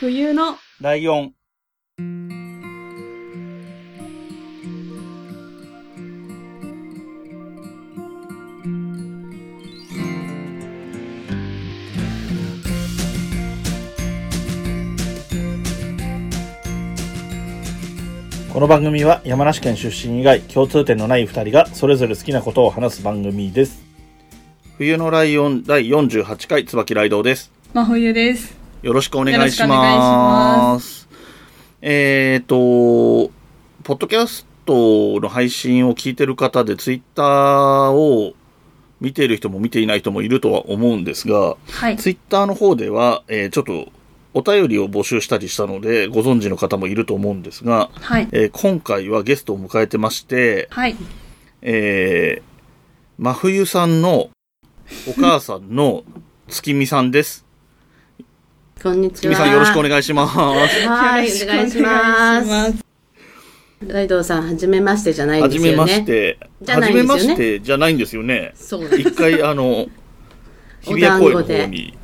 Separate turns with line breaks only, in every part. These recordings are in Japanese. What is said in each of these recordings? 冬の
ライオン。この番組は山梨県出身以外共通点のない2人がそれぞれ好きなことを話す番組です。冬のライオン第48回椿ライドウです。
真冬です。
よろしくお願いし
よろしくお願いし
ま。
ます
えっ、と、ポッドキャストの配信を聞いてる方で、ツイッターを見ている人も見ていない人もいるとは思うんですが、
はい。
ツイッターの方では、えーちょっとお便りを募集したりしたので、ご存知の方もいると思うんですが、
はい。
えー今回はゲストを迎えてまして、
はい。
えー、真冬さんのお母さんの月見さんです。
こんにち
月見
は。
さんよろしくお
いし
願いします。
ます。はい、お願いします。
す。
ライドウさん、はじめましてじゃないん
は
で
じ
すよ
め
ね。
まし。て。
じゃ
は
な
じ
いん
め
ですよね
ましてじゃないんですよね。
そう。
一 回、あの、日比谷公園の方に。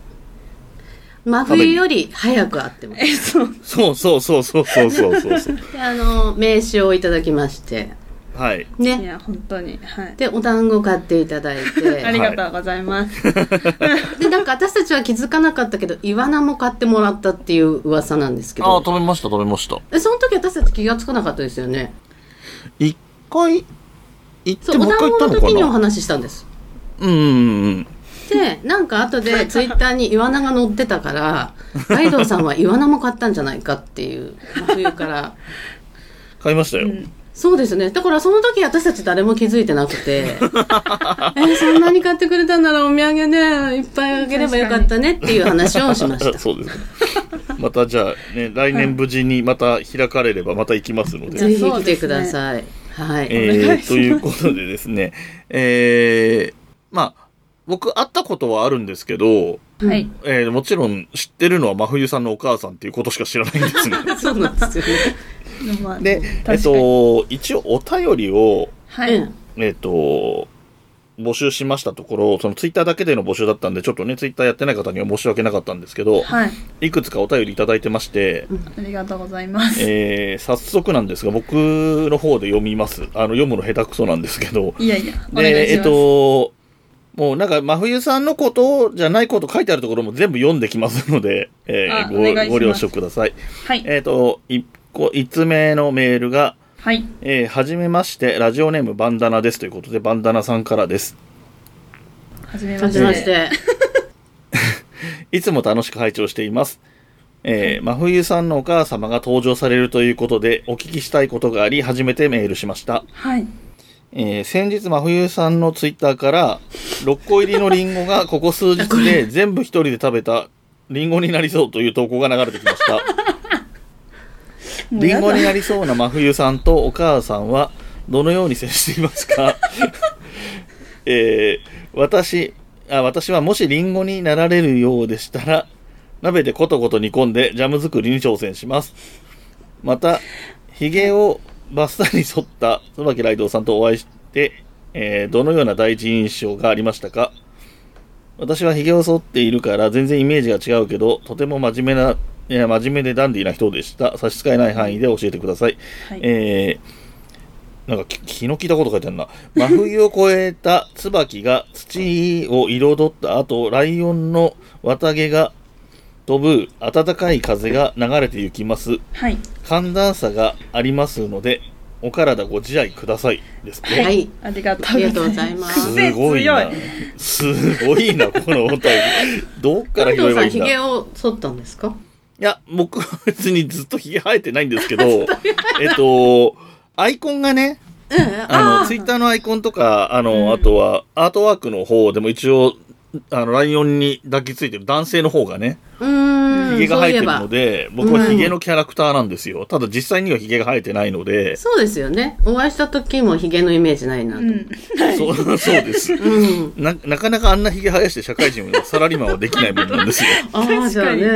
真冬より早く会ってます。
え、そう。
そうそうそうそうそうそうそうそう。
であの、名刺をいただきまして。
はい。
い
ね。
や、本当に。はい。
で、お団子買っていただい
あり
て。
がとうございます。
で、なんか私たちは気づかなかったけど、イワナも買ってもらったっていう噂なんですけ
ああ、
ど。
止めました、止めました。
えその時私たち気がつかなかったですよね。
一回、行っ
そ
て
う、お
もう一
団
回行っ
子
た
の時に
の
お
かな
話ししたんです。
うんうんうん。
で、なんか後でツイッターにイワナが載って たから、ライドウさんはイワナも買ったんじゃないかっていう、真冬から。
買いましたよ。
そうですね。だからその時私たち誰も気づいてなく て、え、そんなに買ってくれたならお土産ね、いっぱいあげればよかったねっていう話をしまし た。
そうですね。またじゃあ、ね、来年無事にまた開かれればまた行きますので。
ぜひ来てください。はい。
えー、ということでですね、えー、まあ、僕会ったことはあるんですけど、
はい。
えーもちろん知ってるのは真冬さんのお母さんっていうことしか知らないんですね。
そうなんですよね。
まあ
で、え
確
っ
かに
と、一応お便りを、
は
う
い。
ん
えっと、募集しましたところ、そのツイッターだけでの募集だったんで、ちょっとね、ツイッターやってない方には申し訳なかったんですけど、
はい。
いくつかお便りいただいてまして、
ありがとうございます。
えー、早速なんですが、僕の方で読みます。あの、読むの下手くそなんですけど、
いやいや、お願いします。
で、えっと、もうなんか、真冬さんのことじゃないこと書いてあるところも全部読んできますので、えー
あ
ご
お願いします
ご了承ください。
はい。
えっ、と、一個、一つ目のメールが、
はい。
えーはじめまして、ラジオネームバンダナですということで、バンダナさんからです。
はじめま
は
して。
じめまして。
いつも楽しく拝聴しています。えー、真冬さんのお母様が登場されるということで、お聞きしたいことがあり、初めてメールしました。
はい。
えー先日真冬さんのツイッターから、6個入りのリンゴがここ数日で全部一人で食べたリンゴになりそうという投稿が流れてきました。リンゴになりそうな真冬さんとお母さんは、どのように接していますかえー私あ、私はもしリンゴになられるようでしたら、鍋でコトコト煮込んでジャム作りに挑戦します。また、ヒゲをバッサリ剃った椿ライドウさんとお会いして、えーどのような第一印象がありましたか私はヒゲを剃っているから全然イメージが違うけど、とても真面目な、いや真面目でダンディーな人でした。差し支えない範囲で教えてください。
はい
えーなんかき気の利いたこと書いてあるな。真冬を越えた椿が土を彩った後、ライオンの綿毛が飛ぶ暖かい風が流れて行きます。
はい。
寒暖差がありますので、お体ご自愛ください。ですね。
はいはい。
ありがとう
ありがとうございますす。
すごいな
強い。
すごいな、このお 便り。どっから
ライ
拾
ド
え
ウ
ば
さん、
いいん
ヒ
だ。い
ゲを剃ったんですか
や、僕は別にずっとひげ生えてないんです けど、えっと、アイコンがね、
うん。
あの、
あ
ツイッターのアイコンとか、あの、
うん
あとは、アートワークの方でも一応、あの、ライオンに抱きついてる男性の方がね、
うーん。
ヒゲが生えてる
そ
の
ういえば
で、僕はヒゲのキャラクターなんですよ。ただ実際にはヒゲが生えてないので、
そうですよね。お会いした時もヒゲのイメージないなと。
うん。
そう、そう です。
うん。
な、なかなかあんなヒゲ生やして社会人はサラリーマンはできないもんなんですよ。
ああ、じゃあね。いや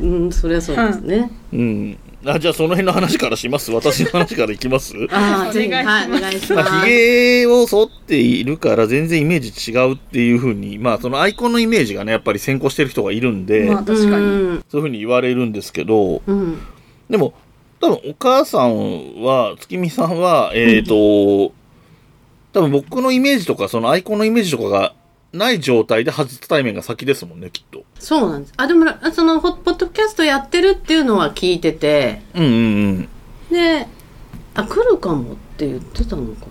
うん、そりゃそうですね。
うん。あじゃあその辺の話からします私の話からいきます
ああ、
お願い
ぜひ、
します
はい、お願いし
ま
ま
あ、
す。
ヒゲを剃っているから全然イメージ違うっていうふうに、まあ、そのアイコンのイメージがね、やっぱり先行してる人がいるんで、
まあ確か
う
に。
ん。
そういうふうに言われるんですけど、
うん。
でも、多分お母さんは、月見さんは、えっ、と、多分僕のイメージとか、そのアイコンのイメージとかがない状態で初対面が先ですもんね、きっと。
そうなんです。あ、でも、あその、ホポッドキャストやってるっていうのは聞いてて、
うんうん
で、あ、来るかもって言ってたのか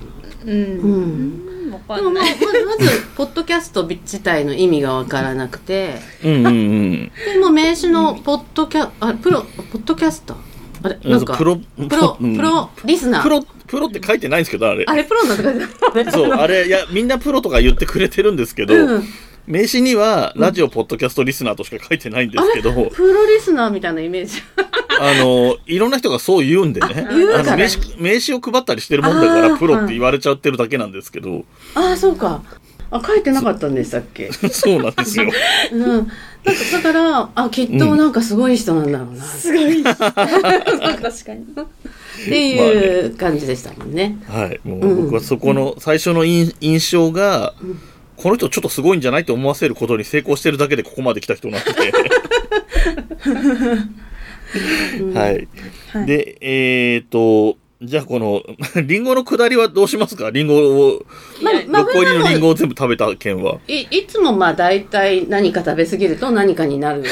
な。
うん。
う
うんわか
でも、
ん
ま
な
あ
い。
まず、まず、ポッドキャスト自体の意味がわからなくて、
うん。うんうんうん。
でも名刺の、ポッドキャ、あ、プロ、ポッドキャスターあれ、なんか、
プロ
プロ、
うん
プロリスナー。
プロ、プロって書いてないんですけど、あれ。
あれ、プロなんて書いてあ る。
そう、あれ、いや、みんなプロとか言ってくれてるんですけど、
うん。
名刺には、ラジオ、ポッドキャストリスナーとしか書いてないんですけど、
プロリスナーみたいなイメージ。
あの、いろんな人がそう言うんでね、
あ言う
あ
か
の
ら
名刺、名刺を配ったりしてるもんだか
あ
ら、
ー
プロって言われちゃってるだけなんですけど、
ああ、そうか。あ、書いてなかったんでしたっけ
そうなんですよ。
うん。なんか、だから、あ、きっとなんかすごい人なんだろうな、
すごい。 確かに。
っていう感じでしたもんね。
はい、も
う
うん僕はそこの最初の印印象が、この人ちょっとすごいんじゃないって思わせることに成功してるだけでここまで来た人 なんで。 はい。
はい
で、えっ、と、じゃあこの、 リンゴの下りはどうしますかリンゴを、
まあ、まあ、
6個入りのリン
普段
ゴ
も
を全部食べた件は。
いいつもまあ大体何か食べ過ぎると何かになるん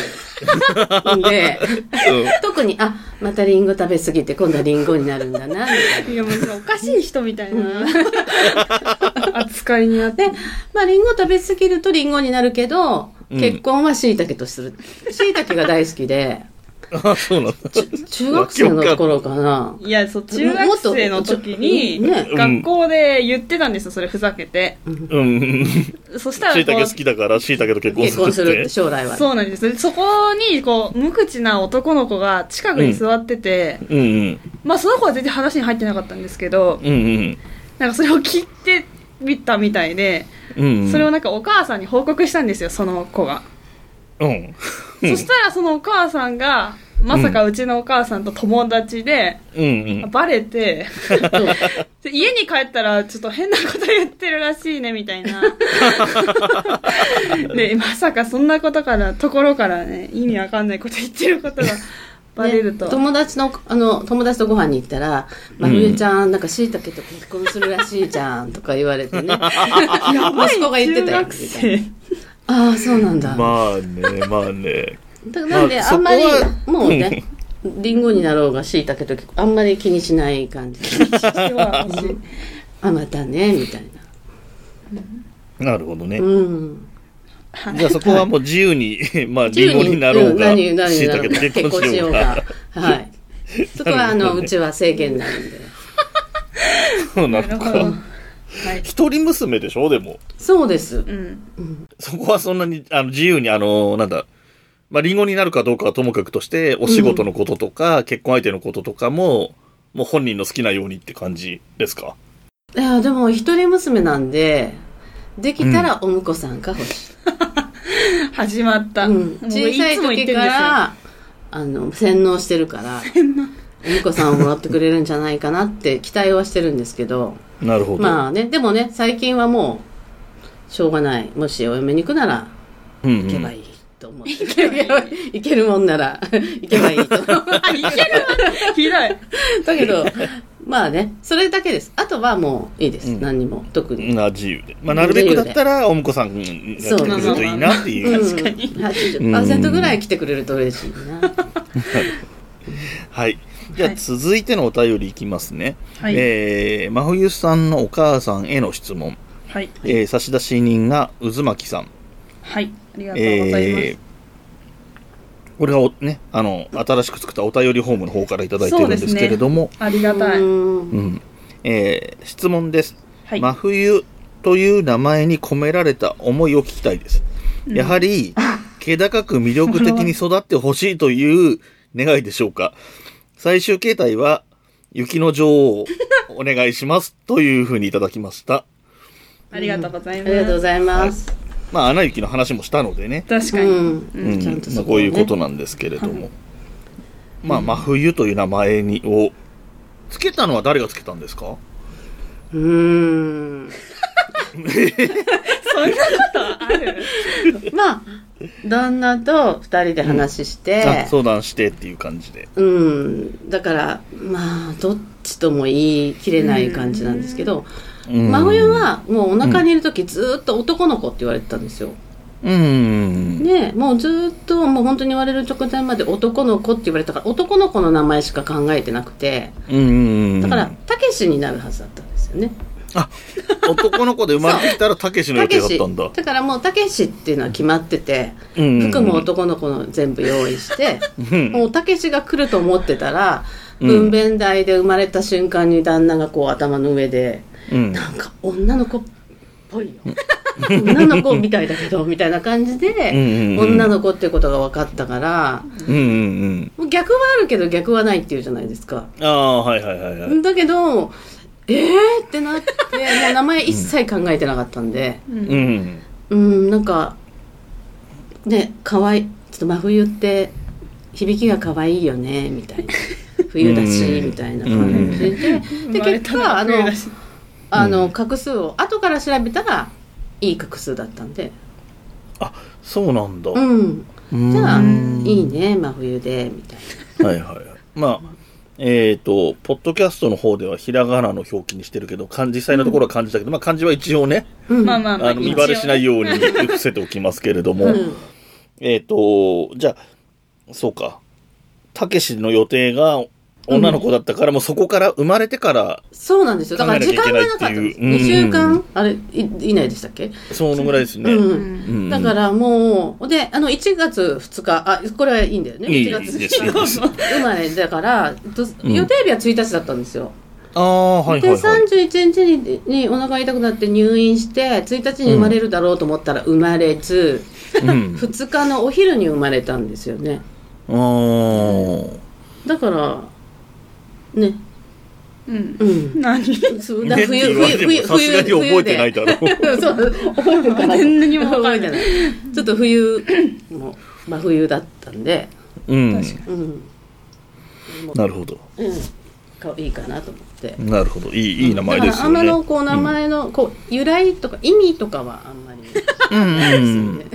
で、 特に、あ、またリンゴ食べ過ぎて今度はリンゴになるんだな、みたいな。
いや、もうおかしい人みたいな扱いにあって。
で、まあ、リンゴ食べ過ぎるとリンゴになるけど、
うん
結婚は椎茸とする。椎茸が大好きで、
うん。あ、 そうなんだ。
ち中学生の頃かな。
いや、そう、中学生の時に、
もっとちょ
学
ね
校で言ってたんですよ、それふざけて。
うん。
そしたらこ
椎
う、
茸好きだから椎茸と結
結
婚
婚
す
す
る
るっ
って
て。将来は。
そうなんです。そこに、こう、無口な男の子が近くに座ってて、
うんうん。
まあその子は全然話に入ってなかったんですけど、
うんうん。
なんかそれを聞いてみたみたいで、
うん、うん。
それをなんかお母さんに報告したんですよ、その子が。
うん。
そしたらそのお母さんが、まさかうちのお母さんと友達で、
うんうん。
バレて、で家に帰ったらちょっと変なこと言ってるらしいね、みたいな。で、まさかそんなことから、ところからね、意味わかんないこと言ってることがバレると。
ね友達の、あの、友達とご飯に行ったら、まゆえちゃん、なんか椎茸と結婚するらしいじゃん、とか言われてね。息子が言ってたよ。
中学
みたいな
生。
ああ、そうなんだ。
まあね、まあね。
だからなんで、
まあ
あんまり
そこは、
もうね、リンゴになろうが椎茸と結婚、あんまり気にしない感じ。
私は私
あ、またね、みたい
なるほどね
な。。うん。
じゃあそこはもう自由に、 まあ、リンゴになろうが、
自由にん何
椎
になろ
茸と
うが
結
結
婚
婚
しよ
しよ
う
う
が
が。。はい。そこは、あ
なるほ
の、
ど
う
ね
ちは制限ないんで。
そう な
な
の
る
か
ほど。はい。
一人娘でしょでも。
そうです
う。ん。
そこはそんなに、あの、自由に、あの、なんだ、まあ、リンゴになるかどうかはともかくとして、お仕事のこととか、結婚相手のこととかも、もう本人の好きなようにって感じですか
いや、でも、一人娘なんで、できたらお婿さんが欲しい。
始まった。
うん、
もう
小さい
つも言って
時
るんです
か
よ
らあの洗脳してるからお婿さんをもらってくれるんじゃないかなって期待はしてるんですけど
なるほど。
まあねでもね最近はもうしょうがないもしお嫁に行くなら
うんうん、
行けばいいと思って、行けるもんなら 行けばいいと思う
あ、いけるひどい。
だけどまあねそれだけですあとはもういいです、
うん
何にも特に、
な自由で。まあ、なるべくだったら、お婿さんが来てくれるといいなっていう。
確かに
うん、80%ぐらい来てくれると嬉しいな
はい。じゃあ、続いてのお便りいきますね。
はい
えー、真冬さんのお母さんへの質問。
はい。
えー、差出人が渦巻さん。
はい。ありがとうございます。
えーこれがお、ね、あの、新しく作ったお便りフォームの方からいただいてるんですけれども、
ありがたい。
うん
うん。えー質問です。
はい。
真冬という名前に込められた思いを聞きたいです。や はり、気高く魅力的に育ってほしいという願いでしょうか。最終形態は、雪の女王をお願いしますというふうにいただきました。
ありがとうござい
あ
ます。
りがとうございます、
まあ、アナ雪の話もしたのでね。
確か
う
に。
ん
うん
ちゃんと
まあ
そ
こ
こ
う
を
い
ね
うことなんですけれども。まあ、真冬という名前にをつけたのは誰がつけたんですか
うーん。
そんなことある
まあ、旦那と二人で話し
あ
て、
相談してっていう感じで。
うん。だから、まあ、どっちとも言い切れない感じなんですけ
う
ど、
ん
真冬、はもうお腹にいる時ずーっと男の子って言われてたんですよ。
うん。
ねもうずーっともう本当に言われる直前まで男の子って言われたから、男の子の名前しか考えてなくて、
うん。
だから、たけしになるはずだったんですよね。
あ、男の子で生まれてきたらたけしの
た
予
け
定だっ
し
たんだ。
だからもうたけしっていうのは決まってて、
うん
服も男の子の全部用意して、
うん
もうたけしが来ると思ってたら、
うん
分娩台で生まれた瞬間に旦那がこう頭の上で、
うん。
なんか女の子っぽいよ。女の子みたいだけど、みたいな感じ
うんう
で、
んうん
女の子っていうことが分かったから、
うんうんうん。
もう逆はあるけど逆はないっていうじゃないですか。
ああ、はいはいはいはい。
だけど、えーってなって、もう名前一切考えてなかったんで、
う
うんん。
うん、なんか、ね、かわいい、ちょっと真冬って、響きが可愛いよね、みた いな。冬だし、
うん
みたいな感じで。で、結果、あの、あの、画数を、後から調べたら、いい画数だったんで。
あ、そうなんだ。
うん。じゃあ、
うん
いいね、真冬で、みたい
はいはいはい。まあ、えっ、と、ポッドキャストの方ではひらがなの表記にしてるけど、漢字、実際のところは漢字だけど、まあ漢字は一応ね、
な。うん
まあまあまあ
あの見バレしないように伏せておきますけれども、
うん
えっ、と、じゃあ、そうか、たけしの予定が女の子だったから、もうそこから生まれてから、
そうなんですよ。だから時間がなかったんです。
考えなきゃいけないって
2
いう
週
うん
間あれ、い以内でしたっけ
そのぐらいですね。
うん
うんうん
だからもう、で、あの、1月2日、あ、これはいいんだよね。
いい
1月
いいですいい
2
で
日
す
生まれだから、と
うん
予定日は1日だったんですよ。
ああ、はいはい
で、
はい。
31日ににお腹痛くなって入院して、1日に生まれるだろうと思ったら生まれず、
うん、
2日のお昼に生まれたんですよね。
あー
だから、ね、
うん
うん。
何
そうだ
ねって 言われてもさすがに覚えてないだろう。
そう、覚えてない。
全然にも分かんない
覚えてないちょっと冬、もう、真冬だったんで、
うん、
うん。
なるほど。
うん。かいいかなと思って。
なるほど。いい、いい名前で
だ
す
か
よ
らあんま
ね。
のこう名前の、こう由来とか意味とかはあん まりです
うんうん
ね。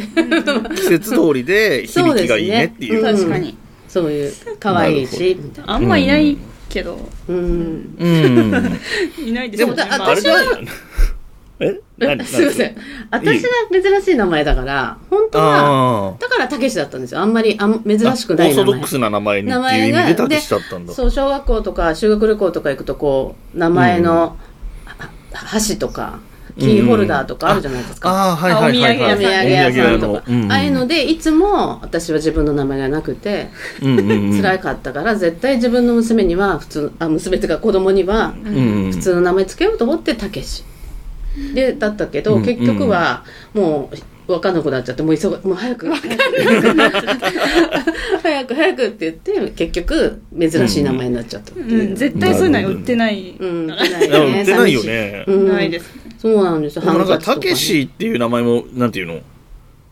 季節通りで響きがいいねっていう。
そうですね
確かに
そういう可愛いし、みたいな。
あんまいないけど
うん。
うん。
いないですよね
でもだ
まあ
あれ
私
じゃ
は
ないのえ何何
すいません。私が珍しい名前だから、本当は、
ああ。
だからたけしだったんですよ。あんまりあん珍しくな
オ
い
ーソ
名
ドッ
前
ク。スな名前にって
名
いう
前
意味で
が、
たけしだったんだ。
そう、小学校とか修学旅行とか行くと、こう、名前の、は箸とか、キーホルダーとかあるじゃないですか。
ああ、はいはいはいはい。
お土産屋さんとか、
お土産屋の
ああいうの
ん
でいつも私は自分の名前がなくて、
うんうん
辛かったから絶対自分の娘には普通あ娘っていうか子供には
うん
普通の名前つけようと思ってたけしでだったけど、
うん
結局はもう分かんなくなっちゃってもう急がもう早く早く早くって言って結局珍しい名前になっちゃったっていう、
うん絶対そういうのは売ってない
うん売ってない
や売ってないよ
寂し
ね。
うん
ないです
そうなんですよ
でもなんか、
ハンカチと
た
ね
けしっていう名前も、なんていうの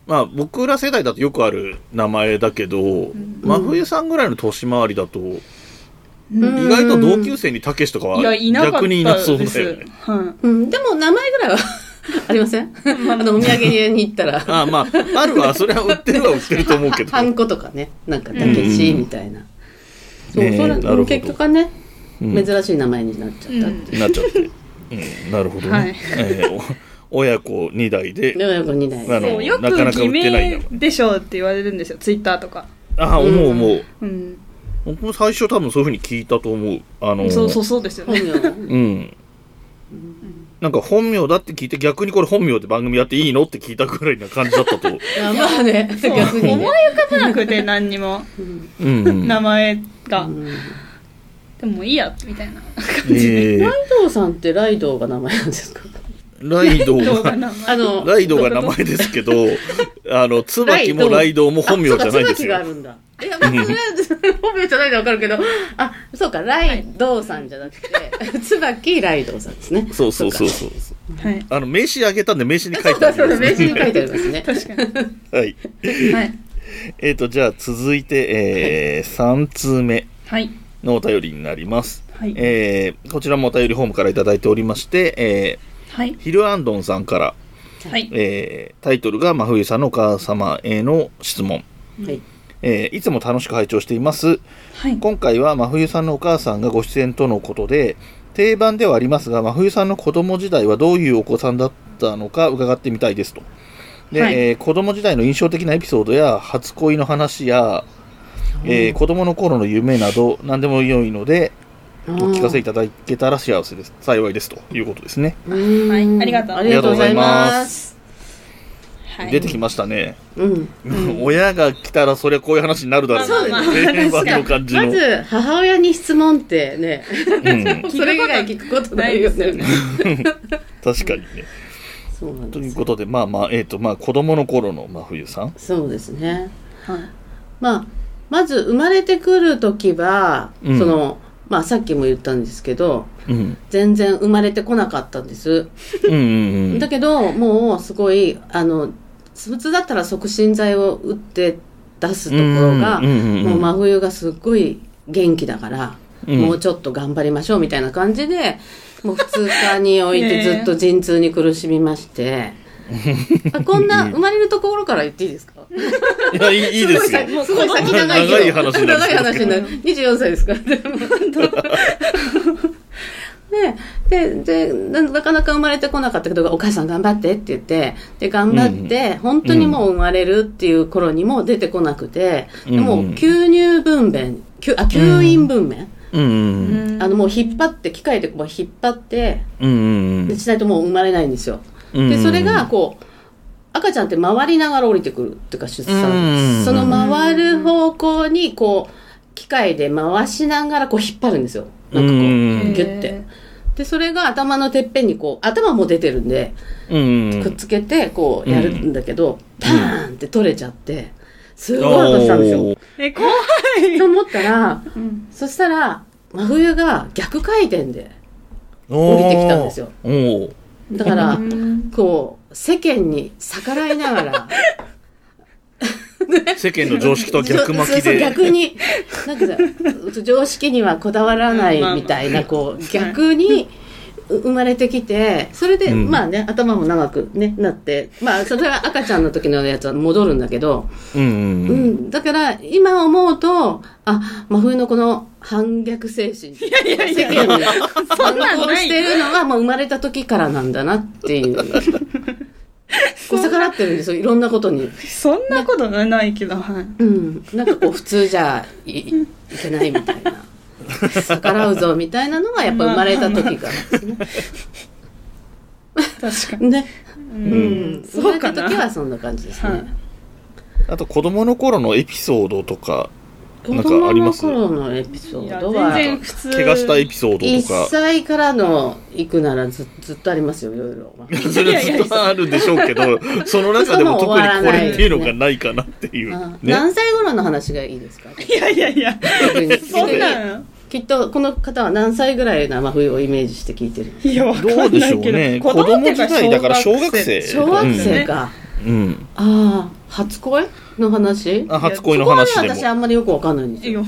まあ、僕ら世代だとよくある名前だけど、真冬さんぐらいの年回りだと、意
うん
外と同級生にたけしとか
いや
は、
いなかった
逆にいなそうだ
で
よ
す
ね。
は
うん、でも名前ぐらいは ありませんあの、お土産屋に行ったら、
ああ、まあ、あるわ、それは売ってるは売ってると思うけど。
ハンコとかね、なんか、たけし、みたいな。そう、
ねえ
そ
な
れ
るほど
結局はね、
うん
珍しい名前になっちゃったって。
なっちゃって。うん、なるほどね。
はい
えーお親子2代で、
でもやっぱ2
な
代。
い
るほ
そ
ど
うよ
なかな
く
か売
偽
ってないんだ
名
もん
でしょうって言われるんですよツイッターとか
ああ、思う思う。
うん
僕も最初多分そういうふうに聞いたと思う。あのー、
そうそうそうですよ
本
ね
名。
うん。なんか本名だって聞いて、逆にこれ本名って番組やっていいのって聞いたぐらいな感じだったと。
あまあね、
そう
逆にね
思。い浮かばなくて何にも
うん、う ん。
名前が
うん
でもいいやみたいな
えー
ライドウさんってライドウが名前なんですか
ライド
動
ウ
画
が、
名
あ
前
の、
ライドウが名前です けど、あの、椿もライドウも本名じゃないんです
あそうか椿があ
よ。
るんだ。いや、まあ、それは本名じゃないのはわかるけど、あ、そうか、ライドウさんじゃなくて、椿ライドウさんですね。
そうそうそううそう。
はい
あの、名刺あげたんで名刺に書いて
そ
あ
うそう、
る。
名刺に書いてありますね。
確か
はい。
にはい
えっ、と、じゃあ続いて、えー3通目
はい。
のお便りになります。
はい
えーこちらもお便りホームからいただいておりまして、
はい
えー。ヒルアンドンさんから、
はい。
えータイトルが真冬さんのお母様への質問。
はい。
えーいつも楽しく拝聴しています。
はい。
今回は真冬さんのお母さんがご出演とのことで定番ではありますが真冬さんの子供時代はどういうお子さんだったのか伺ってみたいですとで、
はい
えー子供時代の印象的なエピソードや初恋の話や、えー子供の頃の夢など何でも良いので
お
お聞かせいただけたら幸せです幸いですということですね、
はいありがとう
ありがとうございます。
はい。
出てきましたね、
うん。
親が来たらそりゃこういう話になるだろう
まあまあまあ
定番の感じの、
まず、母親に質問ってね、
うん、
それ以外聞くことないよね。
確かにね
そうなん
と
で
いう
す。
ことで、まあまあ、えっ、と、まあ、子供の頃の真冬さん。
そうですね。
はい。
まあ、まず生まれてくるときは、
うん
その、まあさっきも言ったんですけど、
うん。
全然生まれてこなかったんです。
うんうんうん
だ。けど、もうすごい、あの、普通だったら促進剤を打って出すところが、
うんうんうんうん
もう真冬がすっごい元気だから、
うん
もうちょっと頑張りましょうみたいな感じで、もう普通科においてずっと陣痛に苦しみ まして、あこんな生まれるところから言っていいですか
いや、いいいいですよ。
すごい先長いけど。
長い話になる
長い話になる。24歳ですから、 でもでででななかなか生まれてこなかったけど、お母さん頑張ってって言って、で、頑張って、本当にもう生まれるっていう頃にも出てこなくて、
うん
でもう吸入分娩、吸あ吸引分娩、
うんうん
あのもう引っ張って、機械でこう引っ張って、
うん。うん
でしないともう生まれないんですよ。
うん。
でそれが、こう赤ちゃんって回りながら降りてくるっていうか出
うん
産その回る方向にこう機械で回しながらこう引っ張るんですよなんかこう
うん
ギュッてでそれが頭のてっぺんにこう頭も出てるんで
うんうん。
くっつけてこうやるんだけどパーンって取れちゃってすごいことしたんですよ
おー
え、怖い。
と思ったら
うん。
そしたら真冬が逆回転で
おー
降りてきたんですよ。
おー
だから
うん
こう世間に逆らいながら
世間の常識とは逆巻き
そうそう
で。
逆になんかさ常識にはこだわらないみたいなこう逆にう生まれてきてそれで、
うん
まあね頭も長く、ね、なってまあそれは赤ちゃんの時のやつは戻るんだけど、
うん
う
うんん。
だから今思うとあ真冬のこの反逆精神いやいやいや世間に
そんなんない
反抗してるのはもう生まれた時からなんだなっていうこう逆らってるんですよいろんなことに。
そんなことなないけど、はい。
うん、なんかこう普通じゃいいけないみたい な逆らうぞみたいなのがやっぱ生まれた時からですね。
確かに。
ね、
う
うん
ん。
生ま
そう
れ
か
た
な。
時はそんな感じです
はい
ね。
あと、子供の頃のエピソードとか、なん
子
かあ
供
りま
の
す
頃のエピ
い
ソー
や
ド
全
は
然普通。
怪我したエピソード
1
とか。
歳からの行くならずずっとありますよいろいろ。
それはずっとあるんでしょうけど、その中でも特にこれっていうのがないかなっていう
あ。
ね。
何歳頃の話がいいですか
いやいやいや。
逆 に
そんなん。
きっとこの方は何歳ぐらいの真冬をイメージして聞いてる
いや、わかんないけ
どうでしょうね。子供時代だから小学生。
小学生か。
うん。
ああ初恋の話
あ、初恋の話
そこ
でも。
はね私あんまりよくわかんないんです
い
よ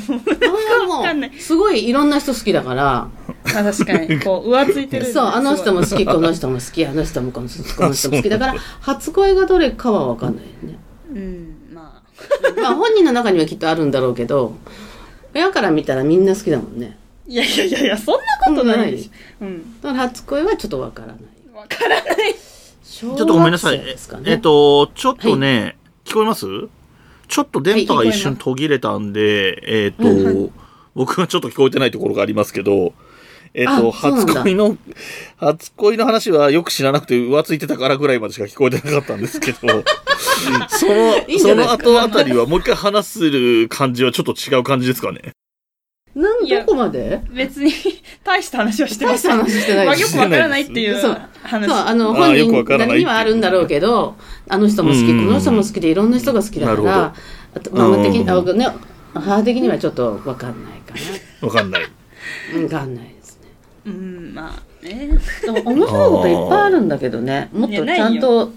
や、
わ
わかんない
すごいいろんな人好きだから
あ確かに。こう、 浮ついてる。
そうあの人
も。
も好きこの人も好 きあの人もこの人もこの人も好きだから初恋がどれかはわかんないよね
うん、まあ。
まあ本人の中にはきっとあるんだろうけど親から見たらみんな好きだもんね
いやいやいやいや、そんなことないでしょ。うん。
だから初恋はちょっとわからない
わからない。
ち
ちょっとごめんなさい。
ですかね
えっと、ちょっとね、聞こえますちょっと電波が一瞬途切れたんで、えっ
うん
と、僕はちょっと聞こえてないところがありますけど、えっと、
あそうな
初
んだ
恋の、初恋の話はよく知らなくて浮ついてたからぐらいまでしか聞こえてなかったんですけ ど、そ
いい
の、
んじ
そ
ゃない
の後あたりはもう一回話す感じはちょっと違う感じですかね。
なん
いや
どこまで
別に、大した話はしてま
大し
せ
た
ん。ま
話してない
あ、
で
よ
す
くわからないっていう
そう
話。
そう、あの、
あー
本
よく
人
わからない
誰にはあるんだろうけど、あの人も好き、
うんうんうん
この人も好きで、いろんな人が好きだか
なる
ら、あとママ的に、あ
う
ね、母的にはちょっとわかんないか
わかんない。
な。わかんないですね。
うん、まあ、ね。
でも面白いこといっぱいあるんだけどね、もっ
いや
と
ない
ち
よ
ゃんと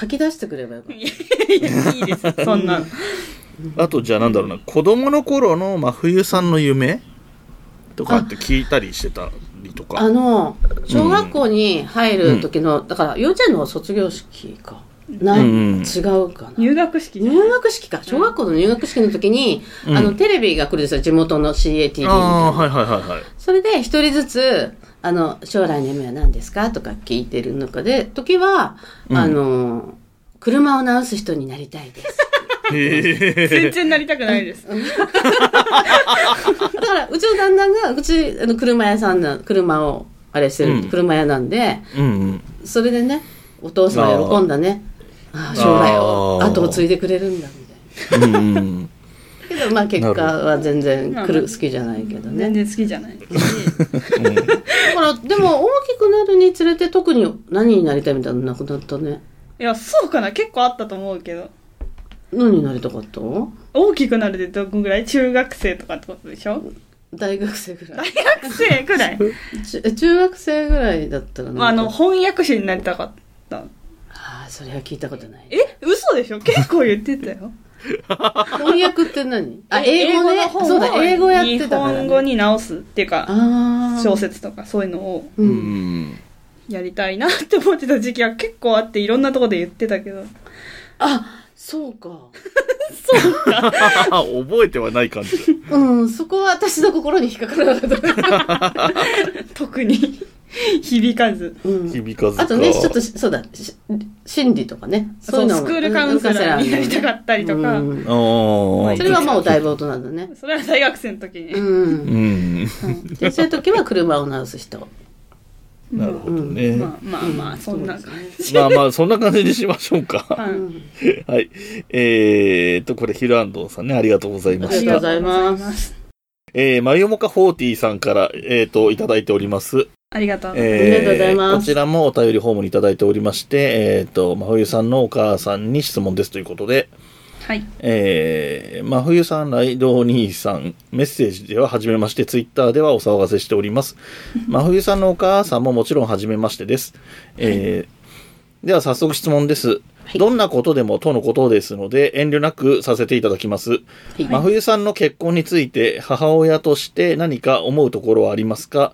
書き出してくればよかっ
いやいやいいです。そんなの。
た。
あとじゃあなんだろうな子供の頃の真冬さんの夢とかって聞いたりしてたりと
あ
か
の小学校に入る時の、だから幼稚園の卒業式かない、
うん
違うかな
入学式じゃん
入学式か小学校の入学式の時に、
うん
あのテレビが来るんですよ地元の CATV みたいな
あーはいはいはいはい
それで一人ずつあの「将来の夢は何ですか?」とか聞いてる中で時は、
うん
あの車を直す人になりたいです
全然なりたくないです。
だからうちの旦那がうちあの車屋さんの車をあれしてる、
うん
車屋なんで
うんうん
それでねお父さんが喜んだねああ将来を
あー
後を継いでくれるんだみたい
うんうん
なけどまあ結果は全然
なる
来
ほど
る好きじゃないけどね
全然好きじゃない。
だからでも大きくなるにつれて特に何になりたいみたいなのなくなったね
いや、そうかな。結構あったと思うけど。
何になりたかった
大きくなるでどんぐらい中学生とかってことでしょ
大学生ぐら
大
い
学生くらい。
ち ゅ中学生ぐらいだったらなん
ま
か
あ、あの、翻訳士になりたかった。
あーそれは聞いたことない
え嘘でしょ結構言ってたよ。
翻訳っ て何あ英語ね
の本を
そうだ英語やってたから、
日
ね、
本語に直すっていうか、
ああ
小説とかそういうのを
う
うんん
やりたいなって思ってた時期は結構あっていろんなとこで言ってたけ ど。
あそうか
覚えてはない感じだ
うんそこは私の心に引っかからな かった、
特に響かず。
うん、
響かずか
あとねちょっとしそうだし心理とかねそういうの
そう
も
スクールカウンセラーになりたかったりとか
うん
ああ
それはもうだいぶ大人だね
それは大学生の時に。
うん
うん
でそういう時は車を直す人。
なるほどね、
まあまあまあ、そんな感じ。
まあまあそんな感じにしましょうか
はい。
はいえー、っとこれヒルアンドンさんねありがとうございま
あり
し
がとう
た
ございます
えー、マリオモカ40さんから、えー、といただいております。
ありがとうございます。
えー
ありがとうございます
こちらもお便りホームにいただいておりまして、えー、と真冬さんのお母さんに質問ですということで、
はい。
えー、真冬さん、ライドお兄さん、メッセージでは初めまして、ツイッターではお騒がせしており ます。真冬さんのお母さんももちろん初めましてです。えーでは早速質問です。
はい
どんなことでもとのことですので、遠慮なくさせていただきます。
い
真冬さんの結婚について、母親として何か思うところはありますか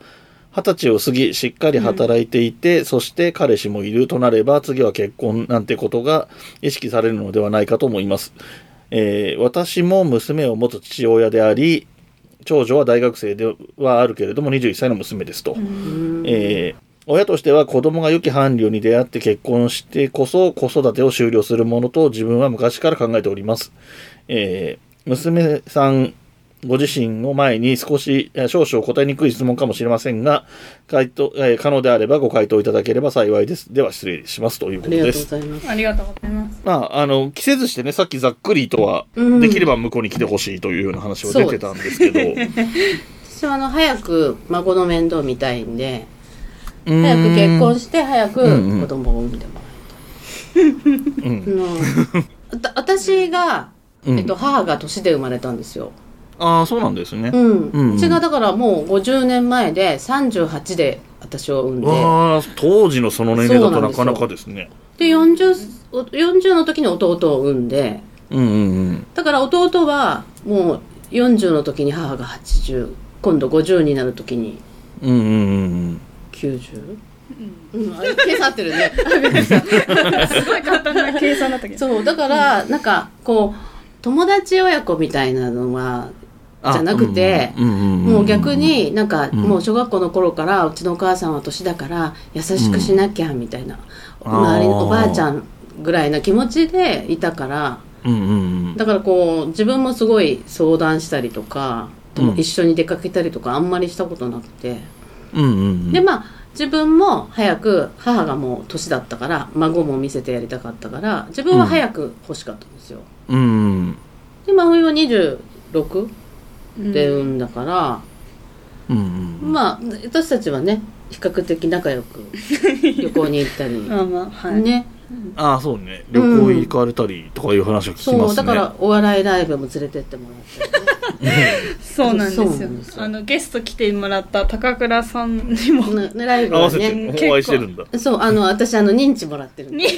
二十歳を過ぎ、しっかり働いていて、そして彼氏もいるとなれば、次は結婚なんてことが意識されるのではないかと思います。えー私も娘を持つ父親であり、長女は大学生ではあるけれども、21歳の娘ですと。えー親としては子供が良き伴侶に出会って結婚してこそ子育てを終了するものと自分は昔から考えております。えー娘さんご自身を前に少し、えー少々答えにくい質問かもしれませんが、回答、えー可能であればご回答いただければ幸いです。では失礼しますという
あ
こと
り
で
がとうご
す。
ざいます。
ありがとうございます。
まあ、あの、季節してね、さっきざっくりとは、
うん
できれば向こうに来てほしいというような話は出てたんですけど、
私はあの早く孫の面倒見たいんで、
うん
早く結婚して早
うんうん
く子供を産んでもらいたい。うんあた私が、
うん
えっと、母が年で生まれたんですよ。
ああ、そうなんですね。
うん。
うん
うちがだからもう50年前で38で私を産んで、
わあ当時のその年齢だとなかなかですね
で40、お40の時に弟を産んで、
うんうん
だから弟はもう40の時に母が80今度50になる時に
うんうんうん
90、うん、あれ計算合ってるねあびっくりした
すごい簡単な計算だったけど。
そうだからなんかこう友達親子みたいなのはじゃなくて、もう逆になんか
ん
もう小学校の頃からうちのお母さんは年だから優しくしなきゃみたいな、
うん
周り
あー
のおばあちゃんぐらいな気持ちでいたから
うんうんうん
だからこう自分もすごい相談したりとか、
うん
一緒に出かけたりとかあんまりしたことなくて、
うんうん
でまあ自分も早く母がもう年だったから孫も見せてやりたかったから自分は早く欲しかったんですよ、
うんうん
で真冬は26
うん
で産んだから、
うんうん
まあ私たちはね比較的仲良く旅行に行ったり、
まあまあ、はい。
ね
ああそうね旅行行かれたりとかいう話を聞き
そ
ま
う
す
だか
ね
らお笑いライブも連れてってもらったりね
そうなんですよ
そうなんですよ
あのゲスト来てもらった高倉さんにも
なねライブ
合わ
は
せ
ね。
結
て
構
お会いしてるんだ。
そう、あの、私、あの、認知もらってる んで。
に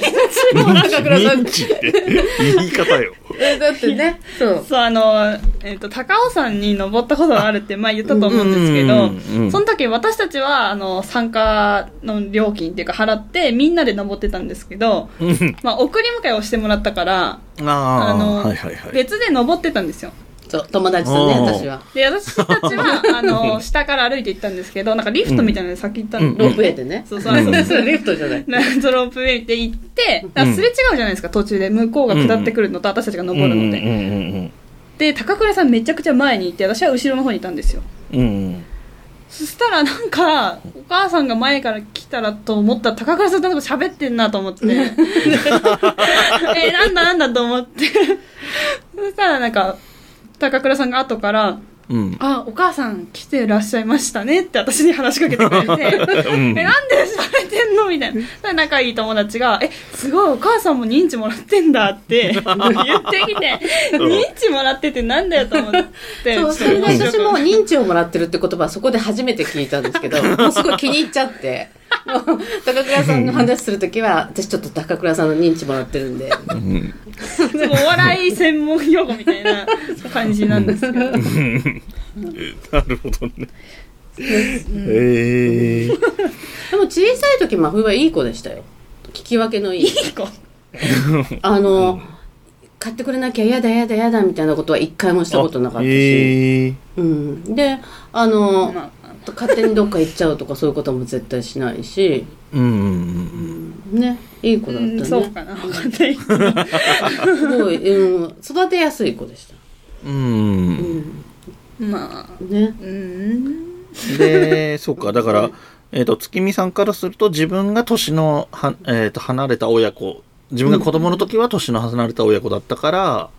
高倉さん
認。知って言い方よ。
えだってね、そう。
そうあの、えっと高尾山に登ったことがあるって前言ったと思うんですけ
うん
ど、
うんうん
その時私たちはあの参加の料金っていうか払ってみんなで登ってたんですけど、
うん
まあ、送り迎えをしてもらったから
あ
あ
あ、
の、
はいはいはい。
別で登ってたんですよ
そう、友達とね、
おー
私は。
で私たちはあの下から歩いて行ったんですけどなんかリフトみたいなので先行ったの、
うん
ロープウェイでね。
そうそうそう
それリフトじゃない。
ランドロープウェイで行って、だからすれ違うじゃないですか、途中で。向こうが下ってくるのと私たちが登るので。
うんうん
で、高倉さんめちゃくちゃ前にいて、私は後ろの方にいたんですよ。
うんうん。うん
そしたらなんか、お母さんが前から来たらと思ったら、高倉さんとなんか喋ってんなと思 って。えなんだなんだと思って。そしたらなんか、高倉さんが後から、
うん。
あ、お母さん来てらっしゃいましたねって私に話しかけてくれて、
ん
え、なんでされてんのみたいな。それで仲いい友達が、え、すごいお母さんも認知もらってんだって言ってきて、認知もらっててなんだよと思って。
そう、それで私も認知をもらってるって言葉はそこで初めて聞いたんです けど、もうすごい気に入っちゃって。もう高倉さんの話するときは、私ちょっと高倉さんの認知もらってるんで、
うん
そのお笑い専門用語みたいな感じなんですけど。
なるほどね。へえ。
でも小さい時真冬はいい子でしたよ聞き分けのいい
いい子。
あの買ってくれなきゃ嫌だ嫌だ嫌だみたいなことは一回もしたことなかったし、
へえ。
うん、であの、
まあ
勝手にどっか行っちゃうとかそういうことも絶対しないし、
うんうん
ねいい子
う
だったね、
ん、そうかな。わかんない。
すごい、うん、育てやすい子でした、
うん。うん
う。ん、
まあ、
ね
うん。
で、 そうか、だから、えっ、と、月見さんからすると、自分が年のは、えっ、と、離れた親子、自分が子供の時は年の離れた親子だったから、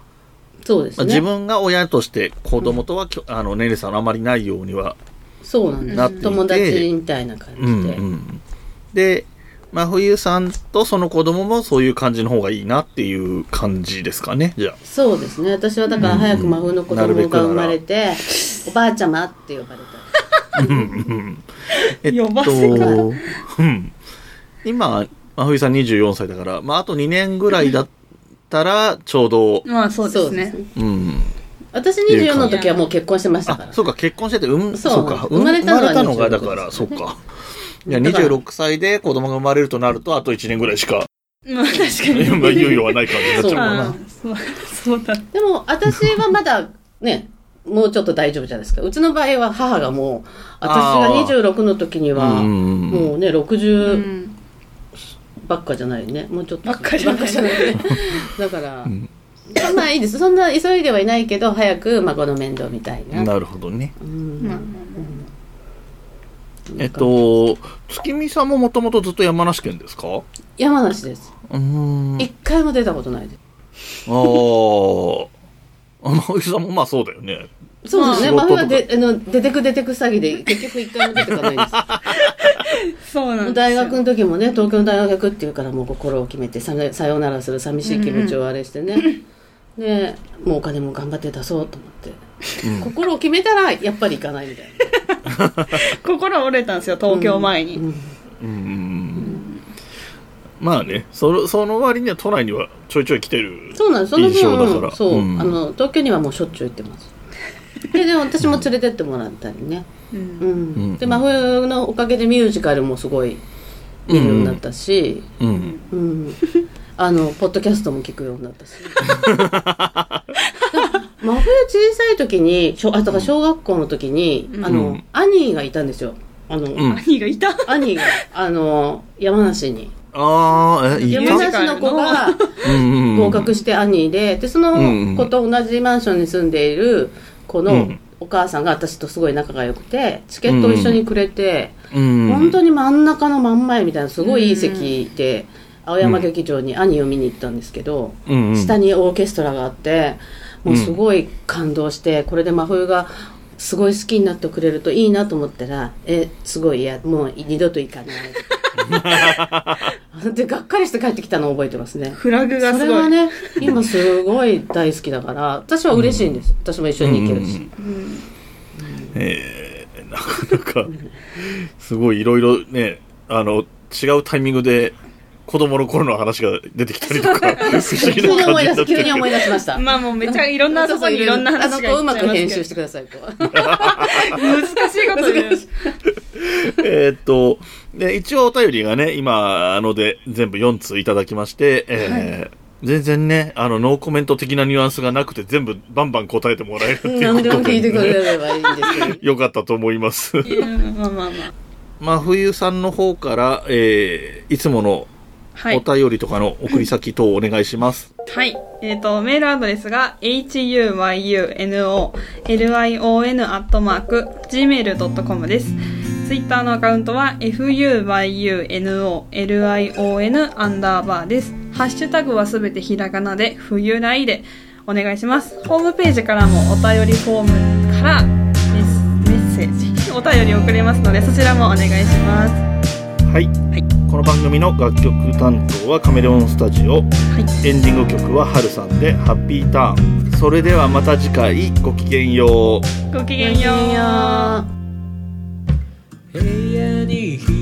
そうです
まあ
ね
自分が親として子供とはきょ、あの、年齢差のあまりないようには、
そうなん
なってい
です
て
友達みたいな感じ
う
で、
んうん。で、真冬さんとその子供もそういう感じの方がいいなっていう感じですかね、じゃあ。
そうですね私はだから早く真冬の子
なるべ
供
くな
が
ら
生まれて、おばあちゃまって呼ばれた
えっ
呼ばせ方
うん今、真冬さん24歳だから、まあ、あと2年ぐらいだったら、ちょうど、
まあ、そうですね。
うん。
私24の時はもう結婚してましたか
あ
ら。
そうか結婚してて、うん、
そう
そうか
生まれたのが
生まれたのがだからそうかいや
だから
26歳で子供が生まれるとなるとあと1年ぐらいしか
まあ、確か
まあ
に。
猶予はない感じになっちゃうか
あ
な
そうそうだ。
でも私はまだね、もうちょっと大丈夫じゃないですか。うちの場合は母がもう、
あー
私が26の時には、
うんうんうん
もうね、
う
60
ん。
ばっかじゃないね。もうちょっと。
ばっかじゃない
い ね。だから、そんないいです。そんな急いではいないけど、早く孫の面倒みたいな。
なるほどね
うん
まあまあま
えっと月見さんももともとずっと山梨県ですかう
山梨です。
ーんあ
一回も出たことないです。
ーあ真冬さんもまあそうだよね
そうですね。
まあ
真冬は
仕事
であの出てく出てく詐欺で、結局一回も出てかない んです。
あそうなんですよ
大学の時もね東京の大学っていうからもう心を決めてささよならする寂しい気持ちをあれしてね、でもうお金も頑張って出そうと思って、心を決めたらやっぱり行かないみたいな
心折れたんですよ東京前に、
うんうんうんまあねそのその割には都内にはちょいちょい来てる
そうなんですその
いい仕事だか
分
ら
そう、
うん
あの東京にはもうしょっちゅう行ってますででも私も連れてってもらったりね、
うん
うん
うん
で真冬のおかげでミュージカルもすごい見るようになったし、
うん
うん、あのポッドキャストも聞くようになったし 真冬小さい時に小あとから小学校の時に、あ
う
の
ん
兄がいたんですよあの、
うん
兄がいた
兄があの山梨に
ああえい
や
い
め
山
な
梨の子が
うんうんうん
合格して兄ででその子と同じマンションに住んでいる子
う
の
ん
お母さんが私とすごい仲が良くてチケットを一緒にくれて、
うん
本当に真ん中の真ん前みたいなすごいいい席で、青山劇場に兄を見に行ったんですけど、
うんうん
下にオーケストラがあってもうすごい感動して、これで真冬がすごい好きになってくれるといいなと思ったら「えすごいいやもう二度と行かない」でがっかりして帰ってきたのを覚えてますね
フラグ
そ
がす
れ
ご、
はいね今すごい大好きだから私は嬉しいんです私も一緒に行けるし、
うん
えー、なかなか、すごいいろいろね、あの、違うタイミングで、子供の頃の話が出てきたりとか、不思 議
急に
な
思
感じに
い出
な
す
って
急に思
る。
い出しました
まあもうめっちゃいろんなとこにいろんな話がいっち
あのこううまく
ゃい
編
ます
集
け
して
ど
くださいこう
難しいことで
難し
す
い
えーっと、で一応お便りがね、今、あので、全部4通いただきまして、えー全然ね、あの、ノーコメント的なニュアンスがなくて、全部バンバン答えてもらえるっていう
何で
こ
も
と
聞いて
で、
くれれ ばいいんですけど
よかったと思います。
いやまあまあまあ
まあ、冬さんの方から、えーいつもの
はい
お便りとかの送り先等をお願いします。
はい。えっ、と、メールアドレスが、huyunolion.gmail.com です。ツイッターのアカウントは、fuyunolion アンダーバーです。ハッシュタグはすべてひらがなで、冬来でお願いします。ホームページからもお便りフォームからメッメッセージ、お便り送れますので、そちらもお願いします。
はい、この番組の楽曲担当はカメレオンスタジオ
はい。
エンディング曲はハルさんで「ハッピーターン」それではまた次回ごきげんよう
ごき
ご
げんよう。
部屋に一